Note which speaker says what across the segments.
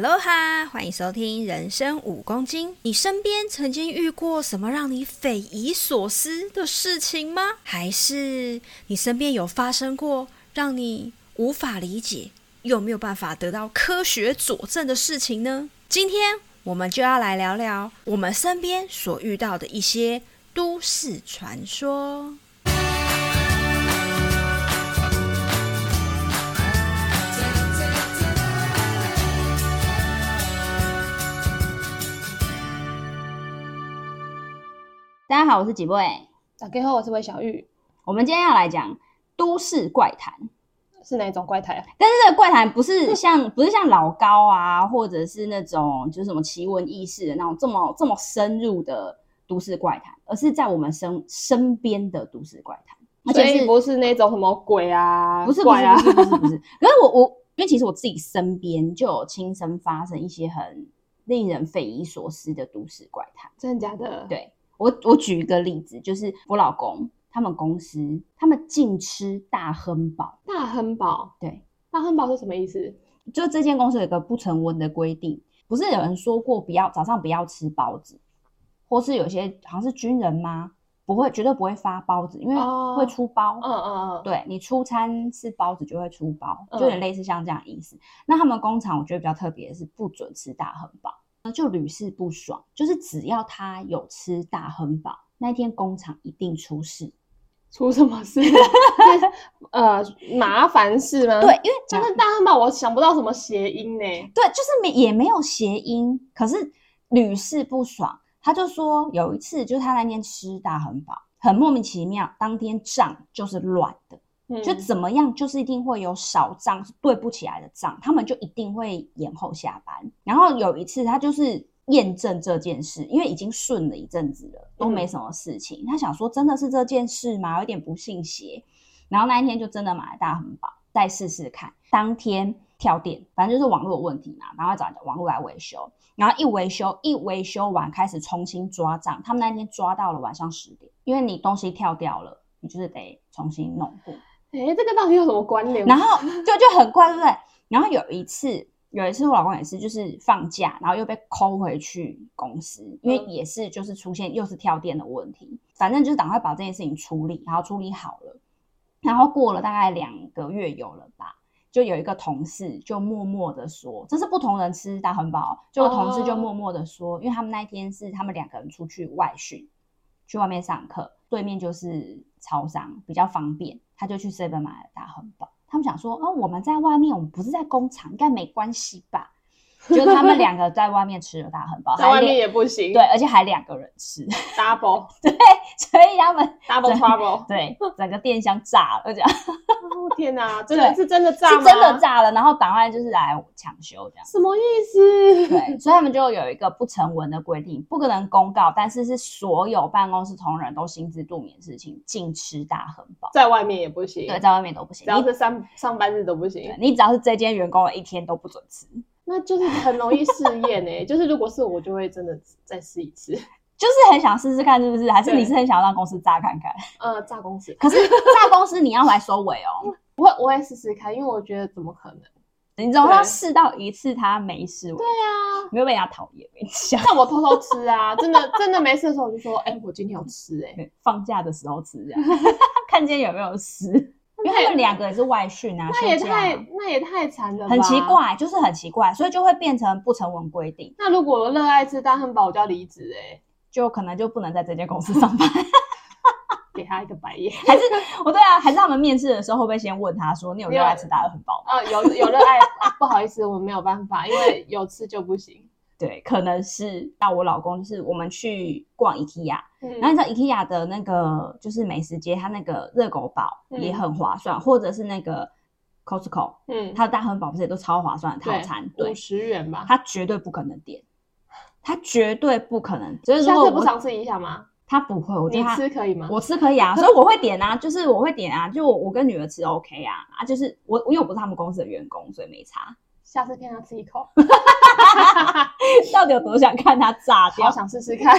Speaker 1: 喽哈，欢迎收听《人生五公斤》。你身边曾经遇过什么让你匪夷所思的事情吗？还是你身边有发生过让你无法理解又没有办法得到科学佐证的事情呢？今天我们就要来聊聊我们身边所遇到的一些都市传说。
Speaker 2: 大家好，我是几位。
Speaker 3: 打给后，我是魏小玉，
Speaker 2: 我们今天要来讲都市怪谈，
Speaker 3: 是哪一种怪胎啊？
Speaker 2: 但是这个怪谈不是像不是像老高啊，或者是那种就是什么奇闻异事的那种这么这么深入的都市怪谈，而是在我们身身边的都市怪谈，而
Speaker 3: 所
Speaker 2: 且
Speaker 3: 以
Speaker 2: 是
Speaker 3: 不是那种什么鬼啊，
Speaker 2: 不是不
Speaker 3: 怪
Speaker 2: 是
Speaker 3: 啊
Speaker 2: 不，是不是不是，可是我我因为其实我自己身边就有亲身发生一些很令人匪夷所思的都市怪谈。
Speaker 3: 真的假的？，
Speaker 2: 对我，我举一个例子，就是我老公他们公司，他们禁吃大亨堡。
Speaker 3: 大亨堡，
Speaker 2: 对，
Speaker 3: 大亨堡是什么意思？
Speaker 2: 就这间公司有一个不成文的规定，不是有人说过不要早上不要吃包子，或是有些好像是军人吗？不会，绝对不会发包子，因为
Speaker 3: 哦
Speaker 2: 会出包。
Speaker 3: 嗯嗯嗯，
Speaker 2: 对你出餐是包子就会出包，就有点
Speaker 3: 嗯
Speaker 2: 类似像这样的意思。那他们工厂我觉得比较特别的是不准吃大亨堡，那就屡试不爽，就是只要他有吃大亨堡，那一天工厂一定出事。
Speaker 3: 出什么 事？是呃，麻烦事吗？
Speaker 2: 对，，因为
Speaker 3: 但是大亨堡我想不到什么谐音呢。
Speaker 2: 对，就是没也没有谐音，可是屡试不爽。他就说有一次，就是他那天吃大很饱，很莫名其妙，当天账就是乱的，
Speaker 3: 嗯
Speaker 2: 就怎么样，就是一定会有少账是对不起来的账，他们就一定会延后下班。然后有一次，他就是验证这件事，因为已经顺了一阵子了，都没
Speaker 3: 嗯
Speaker 2: 什么事情。他想说，真的是这件事吗？有点不信邪。然后那一天就真的买了大红包，再试试看。当天跳电，反正就是网络有问题嘛，然后找网络来维修。然后一维修，一维修完开始重新抓账。他们那天抓到了晚上十点，因为你东西跳掉了，你就是得重新弄过。
Speaker 3: 哎，这个到底有什么关联？
Speaker 2: 然后就就很快，对不对？然后有一次，有一次我老公也是，就是放假，然后又被抠回去公司，因为
Speaker 3: 嗯
Speaker 2: 也是就是出现又是跳电的问题，反正就是赶快把这件事情处理，然后处理好了，然后过了大概两个月有了吧。就有一个同事就默默的说，这是不同人吃大汉堡哦，就有个同事就
Speaker 3: 哦
Speaker 2: 默默的说，因为他们那一天是他们两个人出去外训，去外面上课，对面就是超商，比较方便，他就去 seven 买了大汉堡。他们想说，哦，我们在外面，我们不是在工厂，应该没关系吧？就他们两个在外面吃了大汉堡，
Speaker 3: 在
Speaker 2: 还
Speaker 3: 外面
Speaker 2: 两
Speaker 3: 也不行，
Speaker 2: 对，而且还两个人吃，
Speaker 3: ，double
Speaker 2: 所以他们
Speaker 3: double trouble。
Speaker 2: 对整个电箱炸了，而且
Speaker 3: 哦天哪，真的
Speaker 2: 对
Speaker 3: 是真的 炸吗？
Speaker 2: 是真的，炸了，然后赶快就是来抢修这样。
Speaker 3: 什么意思？
Speaker 2: 对， 所以他们就有一个不成文的规定，不可能公告，但是是所有办公室同仁都心知肚明的事情，禁吃大汉堡。
Speaker 3: 在外面也不行，
Speaker 2: 对，在外面都不行，
Speaker 3: 只要
Speaker 2: 你
Speaker 3: 是上上班日都不行
Speaker 2: 对。你只要是这间员工的一天都不准吃，
Speaker 3: 那就是很容易试验诶、 就是如果是我，就会真的再试一次。
Speaker 2: 就是很想试试看，是不是？还是你
Speaker 3: 对
Speaker 2: 是很想让公司炸看 看？
Speaker 3: 呃，炸公司，
Speaker 2: 可是炸公司你要来收尾哦，
Speaker 3: 我会我会试试看，因为我觉得怎么可能？对
Speaker 2: 你总要
Speaker 3: 对
Speaker 2: 试到一次他没试完，
Speaker 3: 啊，
Speaker 2: 你会被人家讨厌。我跟你讲，
Speaker 3: 那我偷偷吃啊，真的真的没事的时候，我就说，哎、我今天有吃哎、
Speaker 2: 放假的时候吃这样， 看今天有没有吃，因为他们两个也是外训啊，
Speaker 3: 那也
Speaker 2: 休假啊
Speaker 3: 太那也太惨了，
Speaker 2: 很奇。怪，就是很奇怪，所以就会变成不成文规定，
Speaker 3: 那如果我热爱吃大汉堡，我就要离职哎，
Speaker 2: 就可能就不能在这间公司 上班。
Speaker 3: 给他一个白眼。
Speaker 2: 还是我对啊，还是他们面试的时候会不会先问他说你有热爱吃大汉堡吗？
Speaker 3: 啊，有有热爱、啊不好意思，我没有办法，因为有吃就不行。
Speaker 2: 对，可能是那我老公就是我们去逛 IKEA，
Speaker 3: 嗯
Speaker 2: 然后你知道 IKEA 的那个就是美食街，它那个热狗堡
Speaker 3: 嗯
Speaker 2: 也很划算，或者是那个 Costco，
Speaker 3: 嗯，
Speaker 2: 它的大汉堡不是也都超划算的套
Speaker 3: 对
Speaker 2: 餐？对
Speaker 3: 五，十元吧。
Speaker 2: 他绝对不可能点，他绝对不可能。所以如
Speaker 3: 下
Speaker 2: 果
Speaker 3: 次不
Speaker 2: 我
Speaker 3: 尝试一下吗？
Speaker 2: 他不会，我觉
Speaker 3: 你
Speaker 2: 得他
Speaker 3: 吃可以吗？
Speaker 2: 我吃可以啊，所以我会点啊，就是我会点啊，就我我跟女儿吃 OK 啊啊，就是我因为我不是他们公司的员工，所以没差。
Speaker 3: 下次骗他吃一口，
Speaker 2: 到底有多想看它炸掉
Speaker 3: 好？想试试看。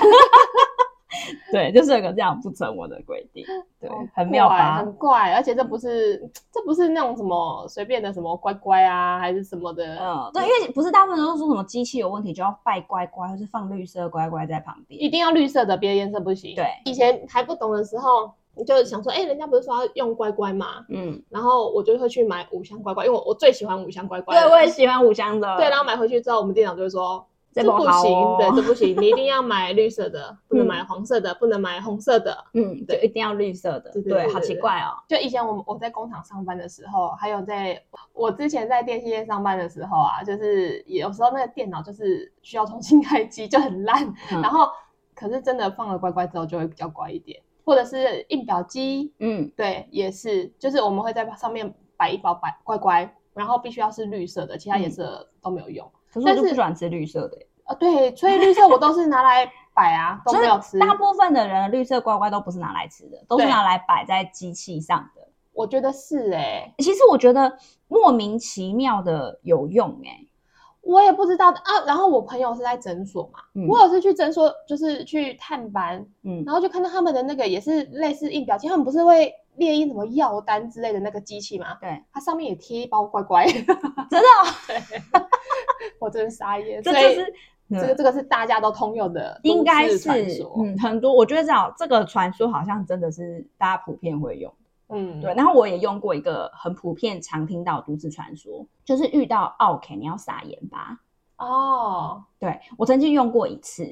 Speaker 2: 对，就是有个这样不成文的规定，对，很妙
Speaker 3: 怪
Speaker 2: 吧？
Speaker 3: 很怪，而且这不是这不是那种什么随便的什么乖乖啊，还是什么的，
Speaker 2: 嗯，对，因为不是大部分都是说什么机器有问题就要拜乖乖，或是放绿色乖乖在旁
Speaker 3: 一
Speaker 2: 边。
Speaker 3: 定要绿色的，别的颜色不行。
Speaker 2: 对，
Speaker 3: 以前还不懂的时候，你就想说，哎、人家不是说要用乖乖嘛，
Speaker 2: 嗯，
Speaker 3: 然后我就会去买五香乖乖，因为我我最喜欢五香乖乖了。
Speaker 2: 对，我也喜欢五香的。
Speaker 3: 对，然后买回去之后，我们店长就会说。
Speaker 2: 这
Speaker 3: 这
Speaker 2: 不
Speaker 3: 不
Speaker 2: 好
Speaker 3: 行，
Speaker 2: 哦
Speaker 3: 对，这不行，你一定要买绿色的，不能
Speaker 2: 嗯
Speaker 3: 买黄色的，不能买红色的。
Speaker 2: 嗯，就一定要绿色的。
Speaker 3: 对对对
Speaker 2: 对，
Speaker 3: 对
Speaker 2: 好奇
Speaker 3: 对
Speaker 2: 怪哦。
Speaker 3: 就以前我们我在工厂上班的时候，还有在我之前在电信业上班的时候啊，就是有时候那个电脑就是需要重新 开机，就很烂。
Speaker 2: 嗯
Speaker 3: 然后可是真的放了乖乖之后，就会比较乖一点，或者是印表机，
Speaker 2: 嗯，
Speaker 3: 对，也是，就是我们会在上面摆一包白乖乖，然后必须要是绿色的，其他颜
Speaker 2: 嗯
Speaker 3: 色都没有用。
Speaker 2: 可是我
Speaker 3: 但
Speaker 2: 就不
Speaker 3: 是
Speaker 2: 喜欢吃绿色的耶，
Speaker 3: 啊，对，所以绿色我都是拿来摆啊，都
Speaker 2: 所
Speaker 3: 没有吃
Speaker 2: 以。大部分的人的绿色乖乖都不是拿来吃的，都是
Speaker 3: 对
Speaker 2: 拿来摆在机器上的。
Speaker 3: 我觉得是哎、
Speaker 2: 其实我觉得莫名其妙的有用哎、
Speaker 3: 我也不知道啊。然后我朋友是在诊所嘛，
Speaker 2: 嗯
Speaker 3: 我有次去诊所，就是去探班，
Speaker 2: 嗯
Speaker 3: 然后就看到他们的那个也是类似印表机，他们不是会列印什么药单之类的那个机器吗？
Speaker 2: 对，
Speaker 3: 它上面也贴一包乖乖，
Speaker 2: 真的哦、
Speaker 3: 我真傻眼。
Speaker 2: 这
Speaker 3: 所以
Speaker 2: 就是嗯
Speaker 3: 这个这个是大家都通用的，
Speaker 2: 应该是
Speaker 3: 传说。
Speaker 2: 嗯很多，我觉得这样这个传说好像真的是大家普遍会用。
Speaker 3: 嗯，
Speaker 2: 对，然后我也用过一个很普遍常听到的都市传说，就是遇到 OK 你要撒盐巴。
Speaker 3: 哦，
Speaker 2: 对我曾经用过一次，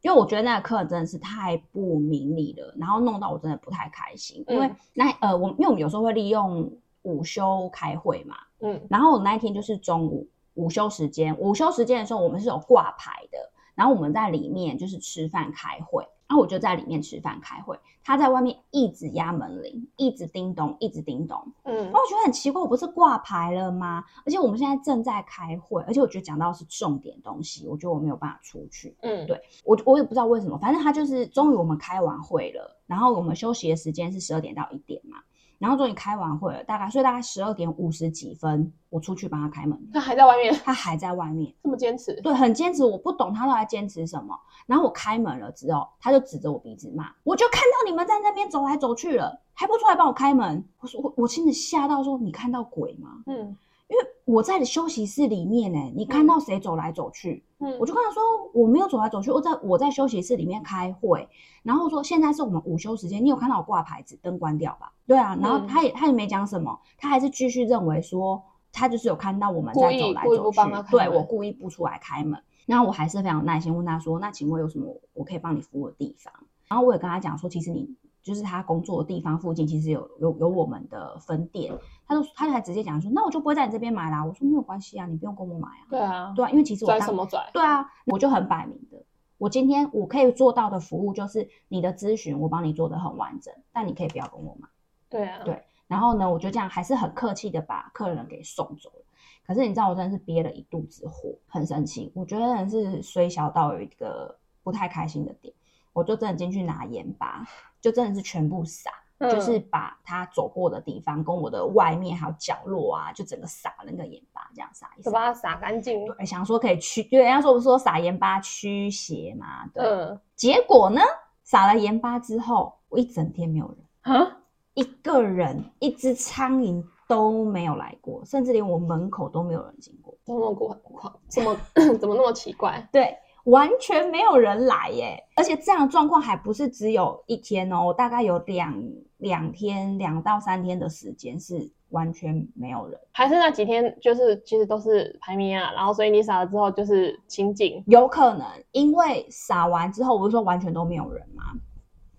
Speaker 2: 因为我觉得那个客人真的是太不明理了，然后弄到我真的不太开心。因为
Speaker 3: 嗯
Speaker 2: 那呃，我因为我们有时候会利用午休开会嘛，
Speaker 3: 嗯
Speaker 2: 然后我那一天就是中午午休时间，午休时间的时候我们是有挂牌的，然后我们在里面就是吃饭开会，然后我就在里面吃饭开会，他在外面一直压门铃，一直叮咚，一直叮咚。
Speaker 3: 嗯
Speaker 2: 那我觉得很奇怪，我不是挂牌了吗？而且我们现在正在开会，而且我觉得讲到的是重点东西，我觉得我没有办法出去。
Speaker 3: 嗯，
Speaker 2: 对我我也不知道为什么，反正他就是终于我们开完会了，然后我们休息的时间是十二点到一点嘛，然后终于开完会了，大概所以大概十二点五十几分，我出去帮他开门，
Speaker 3: 他还在外面
Speaker 2: 他还在外面，
Speaker 3: 这么坚持，
Speaker 2: 对，很坚持，我不懂他都在坚持什么。然后我开门了之后，他就指着我鼻子骂，我就看到你们在那边走来走去了，还不出来帮我开门？我说我我心里吓到说，你看到鬼吗？
Speaker 3: 嗯
Speaker 2: 因为我在休息室里面呢、你看到谁走来走去？
Speaker 3: 嗯，
Speaker 2: 我就跟他说我没有走来走去，我在我在休息室里面开会。然后说现在是我们午休时间，你有看到我挂牌子，灯关掉吧？对啊，然后
Speaker 3: 嗯
Speaker 2: 他也他也没讲什么，他还是继续认为说他就是有看到我们
Speaker 3: 故
Speaker 2: 在
Speaker 3: 意
Speaker 2: 走来
Speaker 3: 故意
Speaker 2: 走
Speaker 3: 不
Speaker 2: 去
Speaker 3: 帮他，开
Speaker 2: 对
Speaker 3: 门
Speaker 2: 我故意不出来开门。然后我还是非常有耐心问他说，那请问有什么我可以帮你服务的地方？然后我也跟他讲说，其实你就是他工作的地方附近，其实有有有我们的分店。他就他还直接讲说，那我就不会在你这边买啦。我说没有关系啊，你不用跟我买啊。
Speaker 3: 对啊，
Speaker 2: 对啊，因为其实我
Speaker 3: 拽
Speaker 2: 当
Speaker 3: 什么拽？
Speaker 2: 对啊，我就很摆明的，我今天我可以做到的服务就是你的咨询，我帮你做的很完整，但你可以不要跟我买。
Speaker 3: 对啊，
Speaker 2: 对然后呢，我就这样还是很客气的把客人给送走了。可是你知道，我真的是憋了一肚子火，很生气。我觉得真的是虽小到有一个不太开心的点，我就真的进去拿盐巴，就真的是全部撒，
Speaker 3: 嗯
Speaker 2: 就是把他走过的地方跟我的外面还有角落啊，就整个撒那个盐巴，这样撒一撒。
Speaker 3: 就把它洒干净。
Speaker 2: 对，想说可以驱，对，人家说不是说撒盐巴驱邪嘛，对。
Speaker 3: 嗯
Speaker 2: 结果呢，撒了盐巴之后，我一整天没有人，
Speaker 3: 啊，
Speaker 2: 一个人，一只苍蝇都没有来过，甚至连我门口都没有人经过，
Speaker 3: 怎么狂狂？怎么 怎么那么奇怪？
Speaker 2: 对，完全没有人来耶。而且这样的状况还不是只有一天哦，大概有两两天，两到三天的时间是完全没有人。
Speaker 3: 还是那几天就是其实都是排名啊，然后所以你傻了之后就是清静，
Speaker 2: 有可能因为撒完之后，我不是说完全都没有人吗？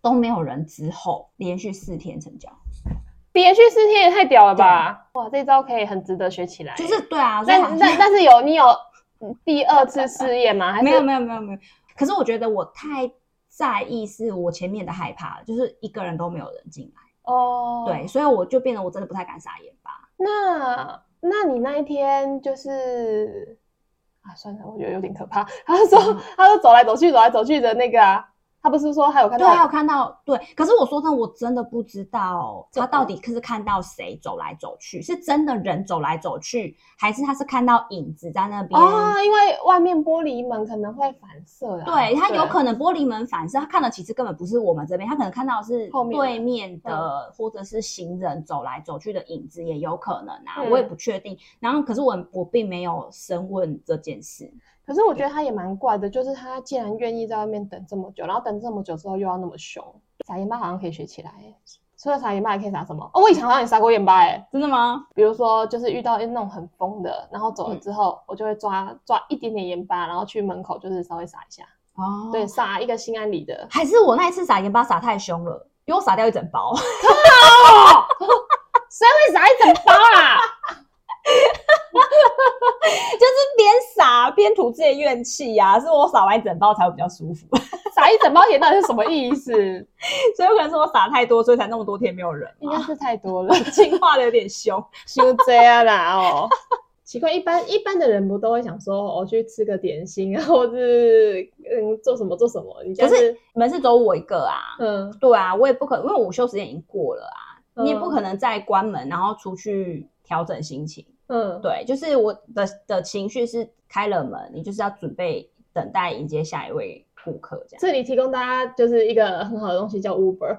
Speaker 2: 都没有人之后，连续四天成交，
Speaker 3: 连续四天也太屌了吧！哇，这招可以很值得学起来。
Speaker 2: 就是，对啊，所以好
Speaker 3: 但
Speaker 2: 像
Speaker 3: 但但是有你有第二次试验吗？还是
Speaker 2: 没有没有没有没有。可是我觉得我太在意是我前面的害怕了，就是一个人都没有人进来，
Speaker 3: 哦，
Speaker 2: 对，，所以我就变得我真的不太敢撒盐巴。
Speaker 3: 那那你那一天
Speaker 2: 嗯
Speaker 3: 就是啊，算了，我觉得有点可怕。他说，他说走来走去，走来走去的那个啊，他不是说他有看
Speaker 2: 对啊，有
Speaker 3: 到
Speaker 2: 看到对，可是我说真的，我真的不知道
Speaker 3: 这
Speaker 2: 他到底是看到谁走来走去，是真的人走来走去，还是他是看到影子在那边？
Speaker 3: 哦，因为外面玻璃门可能会反射啊，
Speaker 2: 对他有可能玻璃门反射，他看的其实根本不是我们这边，他可能看到的是
Speaker 3: 后面的
Speaker 2: 对面的或者是行人走来走去的影子，也有可能啊，
Speaker 3: 嗯
Speaker 2: 我也不确定。然后可是我我并没有深问这件事，
Speaker 3: 可是我觉得他也蛮怪的，就是他竟然愿意在外面等这么久，然后等这么久之后又要那么凶，撒盐巴好像可以学起来欸。除了撒盐巴，还可以撒什么？哦，我以前好像也撒过盐巴哎。
Speaker 2: 真的吗？
Speaker 3: 比如说，就是遇到那种很疯的，然后走了之后，我就会抓抓一点点盐巴，然后去门口就是稍微撒一下，
Speaker 2: 哦，
Speaker 3: 对，，撒一个心安理得。
Speaker 2: 还是我那一次撒盐巴撒太凶了，因为我撒掉一整包。
Speaker 3: 谁会撒一整包啊？
Speaker 2: 就是边撒边吐自己的怨气呀、是我撒完一整包才会比较舒服，
Speaker 3: 撒一整包盐到底是什么意思？
Speaker 2: 所以有可能是我撒太多，所以才那么多天没有人
Speaker 3: 应
Speaker 2: 嘛、
Speaker 3: 该是太多 了，
Speaker 2: 进化的有点凶，
Speaker 3: 就这样啦哦。 奇怪，一般一般的人不都会想说，我、去吃个点心，然后是嗯做什么做什么？你就
Speaker 2: 可
Speaker 3: 是
Speaker 2: 你们是只有我一个啊？
Speaker 3: 嗯，
Speaker 2: 对啊，我也不可，因为午休时间已经过了啊，
Speaker 3: 嗯
Speaker 2: 你也不可能再关门然后出去调整心情。
Speaker 3: 嗯，
Speaker 2: 对，就是我的的情绪是开了门，你就是要准备等待迎接下一位顾客这样。
Speaker 3: 这里提供大家就是一个很好的东西，叫 Uber。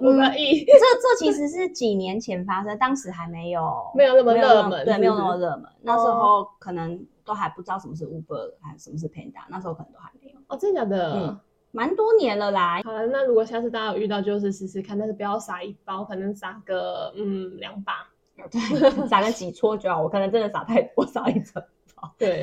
Speaker 3: 我
Speaker 2: 嗯
Speaker 3: 们以
Speaker 2: 这这其实是几年前发生，当时还没有
Speaker 3: 没有那么热门
Speaker 2: 对，
Speaker 3: 是不是哦
Speaker 2: 没有那么热门。那时候可能都还不知道什么是 Uber，还什么是 Panda，那时候可能都还没有，
Speaker 3: 哦，真的假的？
Speaker 2: 嗯蛮多年了啦。
Speaker 3: 好了，那如果下次大家有遇到，就是试试看，但是不要撒一包，可能撒个嗯两把。
Speaker 2: 对，撒个几撮就好，我可能真的撒太多， 撒一层。
Speaker 3: 对，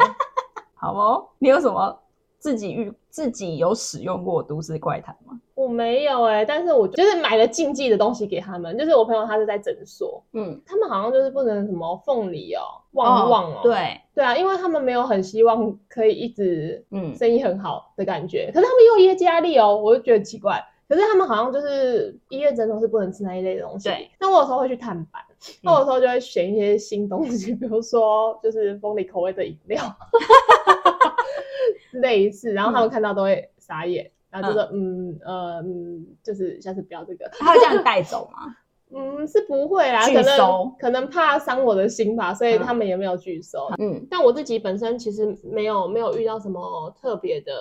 Speaker 2: 好哦，你有什么自己遇自己有使用过的都市怪谈吗？
Speaker 3: 我没有哎、但是我就是买了禁忌的东西给他们，就是我朋友他是在诊所，
Speaker 2: 嗯，
Speaker 3: 他们好像就是不能什么凤梨哦、旺旺哦，
Speaker 2: 对，
Speaker 3: 对啊，因为他们没有很希望可以一直
Speaker 2: 嗯，
Speaker 3: 生意很好的感觉，可是他们又有业绩压力哦，我就觉得奇怪。可是他们好像就是医院诊所是不能吃那一类的东西。
Speaker 2: 对，
Speaker 3: 那我有时候会去探班，那我有时候就会选一些新东西，比如说就是风梨口味的饮料，类似，然后他们看到都会傻眼，然后就说嗯呃嗯，就是下次不要这个，
Speaker 2: 他会这样带走吗？
Speaker 3: 嗯是不会啦，
Speaker 2: 拒
Speaker 3: 可
Speaker 2: 收
Speaker 3: 能可能怕伤我的心吧，所以
Speaker 2: 嗯
Speaker 3: 他们也没有拒收。
Speaker 2: 嗯，
Speaker 3: 但我自己本身其实没有没有遇到什么特别的，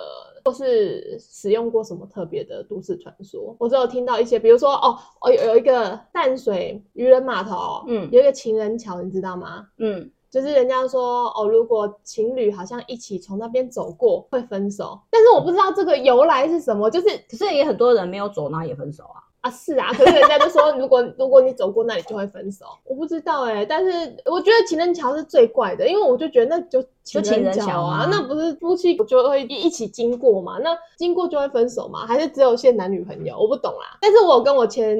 Speaker 3: 或是使用过什么特别的都市传说。我只有听到一些，比如说哦，哦有有一个淡水渔人码头，
Speaker 2: 嗯
Speaker 3: 有一个情人桥，你知道吗？
Speaker 2: 嗯，
Speaker 3: 就是人家说哦，如果情侣好像一起从那边走过会分手，但是我不知道这个由来是什么，就是
Speaker 2: 可是也很多人没有走，然后也分手啊。
Speaker 3: 啊，是啊，可是人家就说，如果 如果你走过那里就会分手，我不知道哎、但是我觉得情人桥是最怪的，因为我就觉得那就情
Speaker 2: 情人
Speaker 3: 桥
Speaker 2: 桥
Speaker 3: 啊
Speaker 2: 吗，
Speaker 3: 那不是夫妻就会一一起经过嘛，那经过就会分手嘛，还是只有限男女朋友？我不懂啦。但是我有跟我前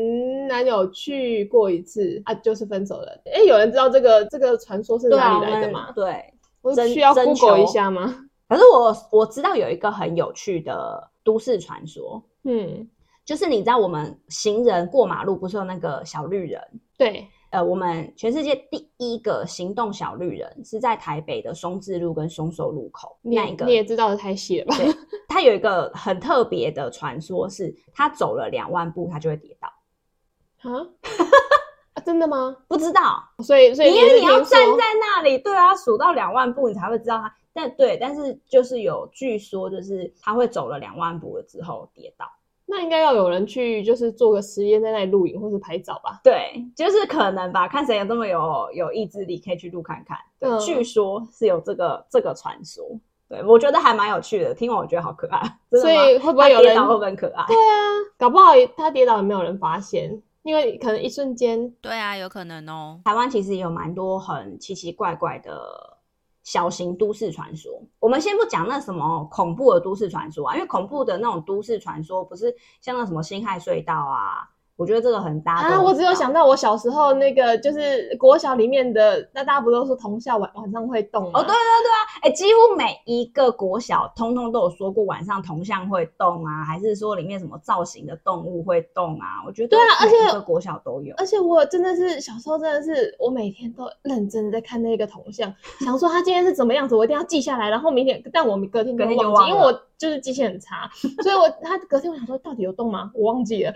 Speaker 3: 男友去过一次啊，就是分手了。哎、有人知道这个这个传说是
Speaker 2: 对啊，
Speaker 3: 哪
Speaker 2: 我
Speaker 3: 里来的
Speaker 2: 们
Speaker 3: 吗？
Speaker 2: 对，
Speaker 3: 我
Speaker 2: 征
Speaker 3: 需要
Speaker 2: 征
Speaker 3: Google 一
Speaker 2: 求
Speaker 3: 下吗？
Speaker 2: 可是我我知道有一个很有趣的都市传说，
Speaker 3: 嗯，
Speaker 2: 就是你知道我们行人过马路不是有那个小绿人？
Speaker 3: 对，
Speaker 2: 呃，我们全世界第一个行动小绿人是在台北的松智路跟松寿路口
Speaker 3: 你
Speaker 2: 那一个
Speaker 3: 你。也知道的太 细了吧？
Speaker 2: 对，它有一个很特别的传说是，他走了两万步，他就会跌倒。
Speaker 3: 啊啊，真的吗？
Speaker 2: 不知道，
Speaker 3: 所以所以
Speaker 2: 因为
Speaker 3: 是
Speaker 2: 你要
Speaker 3: 听说
Speaker 2: 站在那里，对啊，数到两万步你才会知道他。但对，但是就是有据说，就是他会走了两万步了之后跌倒。
Speaker 3: 那应该要有人去，就是做个实验，在那里录影或是拍照吧。
Speaker 2: 对，就是可能吧，看谁有这么有有意志力，可以去录看看。对，
Speaker 3: 嗯
Speaker 2: 据说是有这个这个传说。对，我觉得还蛮有趣的，听完我觉得好可爱。 真的
Speaker 3: 所
Speaker 2: 吗
Speaker 3: 以会不会有
Speaker 2: 它跌
Speaker 3: 人
Speaker 2: 倒会不会很可爱？
Speaker 3: 对啊，搞不好他跌倒也没有人发现，因为可能一瞬间
Speaker 1: 对啊，有可能哦。
Speaker 2: 台湾其实有蛮多很奇奇怪怪的小型都市传说。我们先不讲那什么恐怖的都市传说啊，因为恐怖的那种都市传说，不是像那什么辛亥隧道啊，我觉得这个很搭。
Speaker 3: 啊，我只有想到我小时候那个，就是国小里面的，那大家不都说同校晚晚上会动吗？
Speaker 2: 哦，对对对啊，哎、几乎每一个国小通通都有说过晚上铜像会动啊，还是说里面什么造型的动物会动啊？我觉得
Speaker 3: 对啊而且
Speaker 2: 每一个国小都有。
Speaker 3: 而且我真的是小时候真的是，我每天都认真的在看那个铜像，想说他今天是怎么样子，我一定要记下来，然后明天，但我隔天
Speaker 2: 隔
Speaker 3: 就
Speaker 2: 天就
Speaker 3: 忘记，
Speaker 2: 忘
Speaker 3: 因为
Speaker 2: 了
Speaker 3: 我就是记性很差，所以我他隔天我想说到底有动吗？我忘 记了，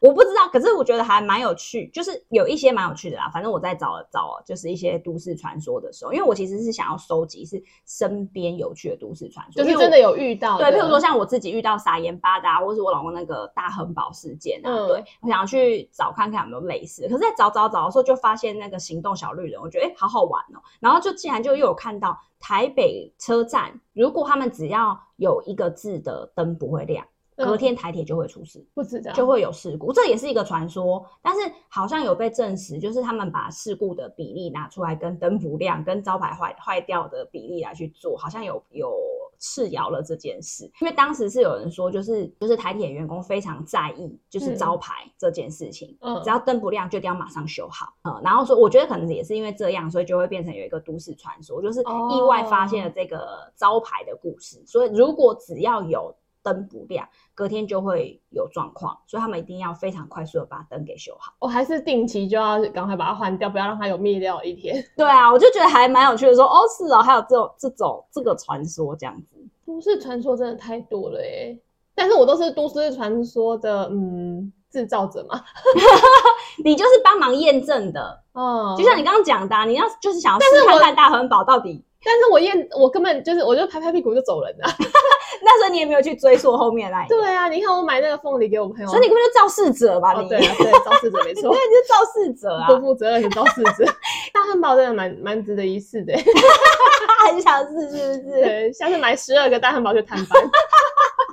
Speaker 2: 我不知道，可是我觉得还蛮有趣，就是有一些蛮有趣的啦。反正我在找找，就是一些都市传说的时候，因为我其实是想要收集是身边有趣的都市传说，
Speaker 3: 就
Speaker 2: 因为
Speaker 3: 是
Speaker 2: 我
Speaker 3: 真的有遇到的，
Speaker 2: 对，譬如说像我自己遇到撒盐巴的、啊，或是我老公那个大亨堡事件啊，
Speaker 3: 嗯
Speaker 2: 对我想要去找看看有没有类似。可是，在找找找的时候，就发现那个行动小绿人，我觉得哎、诶好好玩哦。然后就竟然就又有看到台北车站，如果他们只要有一个字的灯不会亮，
Speaker 3: 嗯
Speaker 2: 隔天台铁就会出事。
Speaker 3: 不知道，
Speaker 2: 就会有事故，这也是一个传说，但是好像有被证实，就是他们把事故的比例拿出来跟灯不亮、跟招牌坏坏掉的比例来去做，好像有有赤谣了这件事。因为当时是有人说，就是就是台铁员工非常在意就是
Speaker 3: 嗯
Speaker 2: 招牌这件事情，
Speaker 3: 嗯
Speaker 2: 只要灯不亮就一定要马上修好。呃，然后说我觉得可能也是因为这样，所以就会变成有一个都市传说，就是意外发现了
Speaker 3: 哦
Speaker 2: 这个招牌的故事。所以如果只要有灯不亮，隔天就会有状况，所以他们一定要非常快速的把灯给修好。
Speaker 3: 我还是定期就要赶快把它换掉，不要让它有灭掉的一天。
Speaker 2: 对啊，我就觉得还蛮有趣的说，哦是哦，还有这种这种这个传说这样子。
Speaker 3: 都市传说真的太多了耶，但是我都是都市传说的嗯制造者 嘛，
Speaker 2: 你就是帮忙验证的，
Speaker 3: 嗯，
Speaker 2: 就像你刚刚讲的、啊，你要就是想要试看看大亨堡到底。
Speaker 3: 但是我验我根本就是我就拍拍屁股就走人了。
Speaker 2: 那时候你也没有去追溯后面来，
Speaker 3: 对啊，你看我买那个凤梨给我朋友，
Speaker 2: 所以你根本就肇事者吧？
Speaker 3: 哦
Speaker 2: 你
Speaker 3: 对啊对，肇事者没
Speaker 2: 对，
Speaker 3: 错
Speaker 2: 你。是肇事者啊！
Speaker 3: 不负责任的肇事者， 大汉堡真的蛮蛮值得一试 的。
Speaker 2: 他很想试，是不是？
Speaker 3: 对，下次买十二个大汉堡就摊班，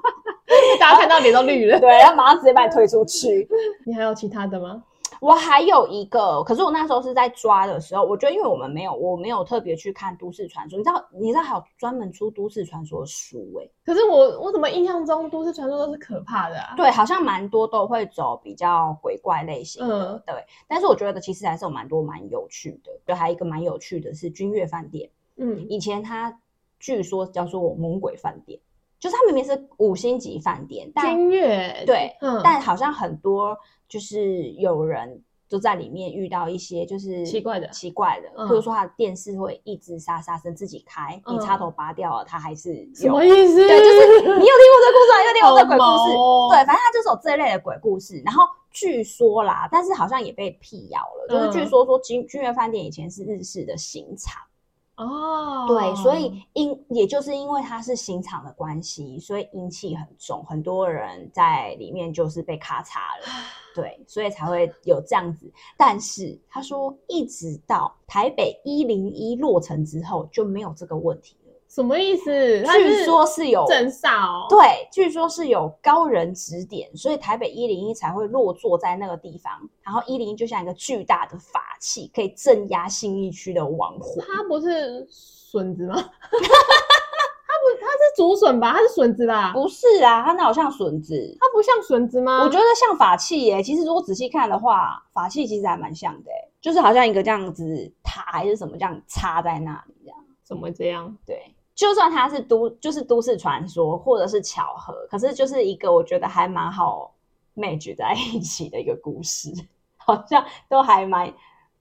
Speaker 3: 大家看到脸都绿了。
Speaker 2: 对，要马上直接把你推出去。
Speaker 3: 你还有其他的吗？
Speaker 2: 我还有一个，可是我那时候是在抓的时候，我觉得因为我们没有，我没有特别去看都市传说，你知道，你知道还有专门出都市传说的书哎、
Speaker 3: 可是我我怎么印象中都市传说都是可怕的啊？
Speaker 2: 对，好像蛮多都会走比较鬼怪类型的，
Speaker 3: 嗯
Speaker 2: 对。但是我觉得其实还是有蛮多蛮有趣的，就还有一个蛮有趣的是君悦饭店，
Speaker 3: 嗯，
Speaker 2: 以前它据说叫做猛鬼饭店，就是它明明是五星级饭店，但
Speaker 3: 君悦，
Speaker 2: 对，
Speaker 3: 嗯，
Speaker 2: 但好像很多就是有人都在里面遇到一些就是
Speaker 3: 奇怪的
Speaker 2: 奇怪的，
Speaker 3: 嗯
Speaker 2: 比如说他的电视会一直沙沙声自己开，你插
Speaker 3: 嗯
Speaker 2: 头拔掉了，它还是有。
Speaker 3: 什么意思？
Speaker 2: 对，就是你有听过这个故事啊，有听过这个鬼
Speaker 3: 好
Speaker 2: 故事，
Speaker 3: 毛哦
Speaker 2: 对，反正它就是有这一类的鬼故事。然后据说啦，但是好像也被辟谣了，就是据
Speaker 3: 嗯
Speaker 2: 说说君君悦饭店以前是日式的刑场。
Speaker 3: 哦，
Speaker 2: 对，所以因也就是因为它是刑场的关系，所以阴气很重，很多人在里面就是被咔嚓了，对，所以才会有这样子。但是他说，一直到台北一零一落成之后就没有这个问题了。
Speaker 3: 什么意思？它
Speaker 2: 据
Speaker 3: 是
Speaker 2: 说是有
Speaker 3: 镇煞哦，，
Speaker 2: 对，据说是有高人指点，所以台北一零一才会落座在那个地方。然后一零一就像一个巨大的法器，可以镇压信义区的亡魂。
Speaker 3: 它不是笋子吗？ 它不，它是竹笋吧？它是笋子吧？
Speaker 2: 不是啊，它那好像笋子，
Speaker 3: 它不像笋子吗？
Speaker 2: 我觉得像法器耶、其实如果仔细看的话，法器其实还蛮像的、欸，就是好像一个这样子塔还是什么这样插在那里这样。
Speaker 3: 怎么会这样？
Speaker 2: 对，就算它是都就是都市传说或者是巧合，可是就是一个我觉得还蛮好 match 在一起的一个故事， 好像都还蛮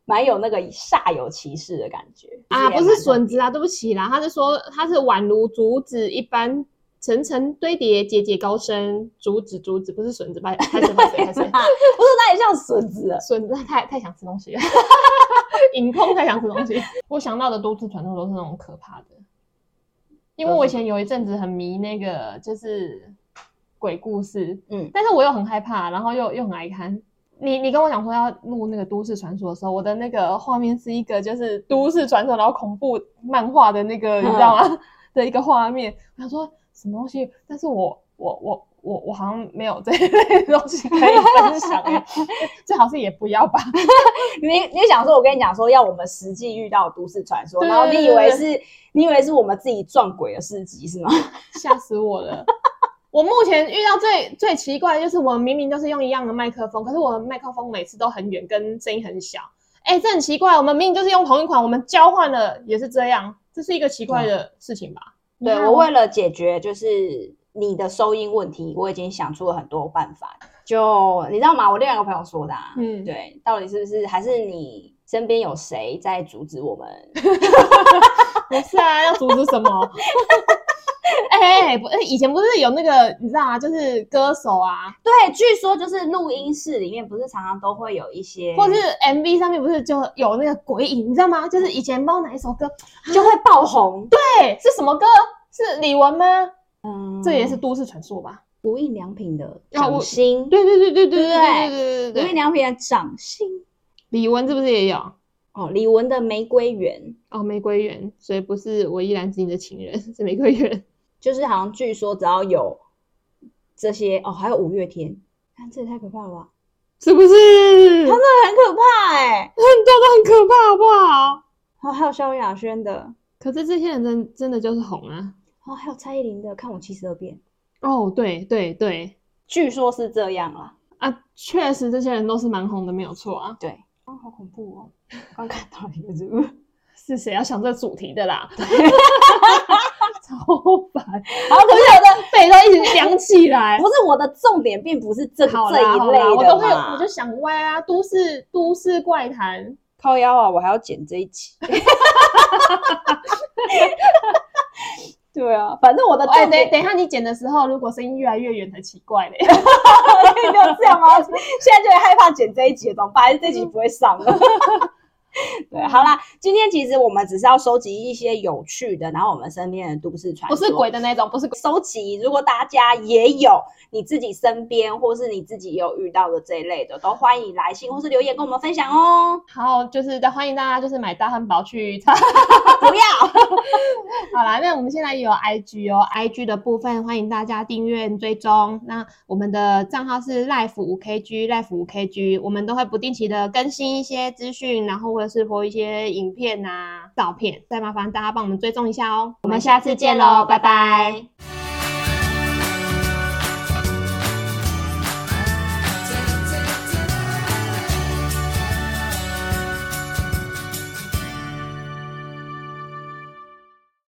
Speaker 2: 蛮有那个煞有其事的感觉
Speaker 3: 啊，不是笋
Speaker 2: 笋
Speaker 3: 子啊，对不起啦，他是说它是宛如竹子一般层层堆叠，节节高升。竹子，竹子不是笋子，拍拍谁拍谁拍
Speaker 2: 不是
Speaker 3: 谁，
Speaker 2: 那也像笋子啊了。
Speaker 3: 笋子太太想吃东西了， 隐控太想吃东西。我想到的都市传说都是那种可怕的，因为我以前有一阵子很迷那个就是鬼故事，
Speaker 2: 嗯
Speaker 3: 但是我又很害怕，然后又又很爱看。你你跟我讲说要录那个都市传说的时候，我的那个画面是一个就是都市传说，然后恐怖漫画的那个你知道吗的一个画面。我想说什么东西，但是我我我我我好像没有这类的东西可以分享、欸，最好是也不要吧。
Speaker 2: 你你想说，我跟你讲说，要我们实际遇到都市传说，
Speaker 3: 对
Speaker 2: 然后你以为是，你以为是我们自己撞鬼的事迹 是吗？
Speaker 3: 吓死我了！我目前遇到最最奇怪的就是，我明明都是用一样的麦克风，可是我的麦克风每次都很远，跟声音很小。哎、这很奇怪，我们明明就是用同一款，我们交换了也是这样，这是一个奇怪的事情吧？
Speaker 2: 对
Speaker 3: 那
Speaker 2: 我为了解决就是你的收音问题，我已经想出了很多办法。就你知道吗？我另外一个朋友说的、啊，
Speaker 3: 嗯
Speaker 2: 对，到底是不是还是你身边有谁在阻止我们？
Speaker 3: 不是啊，要阻止什么？ 哎、不，哎以前不是有那个，你知道啊，就是歌手啊，
Speaker 2: 对，据说就是录音室里面不是常常都会有一些，
Speaker 3: 或是 MV 上面不是就有那个鬼影，你知道吗？就是以前不知道哪一首歌，
Speaker 2: 就会爆红。对，
Speaker 3: 对，是什么歌？是李玟吗？
Speaker 2: 嗯
Speaker 3: 这也是都市传说吧？
Speaker 2: 无印良品的
Speaker 3: 啊
Speaker 2: 掌
Speaker 3: 我
Speaker 2: 心，
Speaker 3: 对对对对对
Speaker 2: 对
Speaker 3: 对
Speaker 2: 对
Speaker 3: 对对
Speaker 2: 无
Speaker 3: 对
Speaker 2: 印良品的掌心。
Speaker 3: 李玟是不是也有？
Speaker 2: 哦，李玟的《玫瑰园》
Speaker 3: 哦，玫瑰园，所以不是我依然是你的情人，是玫瑰园。
Speaker 2: 就是好像据说只要有这些哦，还有五月天，看这也太可怕了吧！
Speaker 3: 是不是？很
Speaker 2: 这很可怕哎、
Speaker 3: 多都很可怕，好不好？
Speaker 2: 然后还有萧亚轩的，
Speaker 3: 可是这些人真真的就是红啊！
Speaker 2: 哦，还有蔡依林的《看我七十二变》，
Speaker 3: 哦，对对对
Speaker 2: 据说是这样啦。
Speaker 3: 啊，确实这些人都是蛮红的，没有错啊。
Speaker 2: 对，啊、好恐怖哦！刚看到你的这个，
Speaker 3: 是谁要想这主题的啦？超烦，
Speaker 2: 好可怕的。
Speaker 3: 背都一直凉起来。
Speaker 2: 不是我的重点，并不是这个
Speaker 3: 好
Speaker 2: 这
Speaker 3: 啦
Speaker 2: 一
Speaker 3: 好
Speaker 2: 类
Speaker 3: 啦，
Speaker 2: 的
Speaker 3: 我都会，
Speaker 2: 嘛
Speaker 3: 我就想歪啊，都市都市怪谈。
Speaker 2: 靠腰啊，我还要剪这一 集。对啊，反正我的
Speaker 3: 哎，
Speaker 2: 重
Speaker 3: 等
Speaker 2: 点
Speaker 3: 等一下，你剪的时候，如果声音越来越远，才奇怪 嘞。
Speaker 2: 可以不要这样
Speaker 3: 啊
Speaker 2: 吗？现在就很害怕剪这一集了，怎么办？还是这
Speaker 3: 嗯
Speaker 2: 集不会上了？ 对，好啦，今天其实我们只是要收集一些有趣的，然后我们身边的都市传
Speaker 3: 不
Speaker 2: 说，
Speaker 3: 是鬼的那种，不是鬼。
Speaker 2: 收集。如果大家也有你自己身边或是你自己有遇到的这一类的，都欢迎来信或是留言跟我们分享哦。
Speaker 3: 然后就是欢迎大家就是买大汉堡去查。
Speaker 2: 不要，
Speaker 3: 好啦，那我们现在也有 IG 哦，IG 的部分欢迎大家订阅追踪。那我们的账号是 life 五 kg life 五 kg，我们都会不定期的更新一些资讯，然后或者是播一些影片啊、照片，再麻烦大家帮我们追踪一下哦。我们下次见喽，拜拜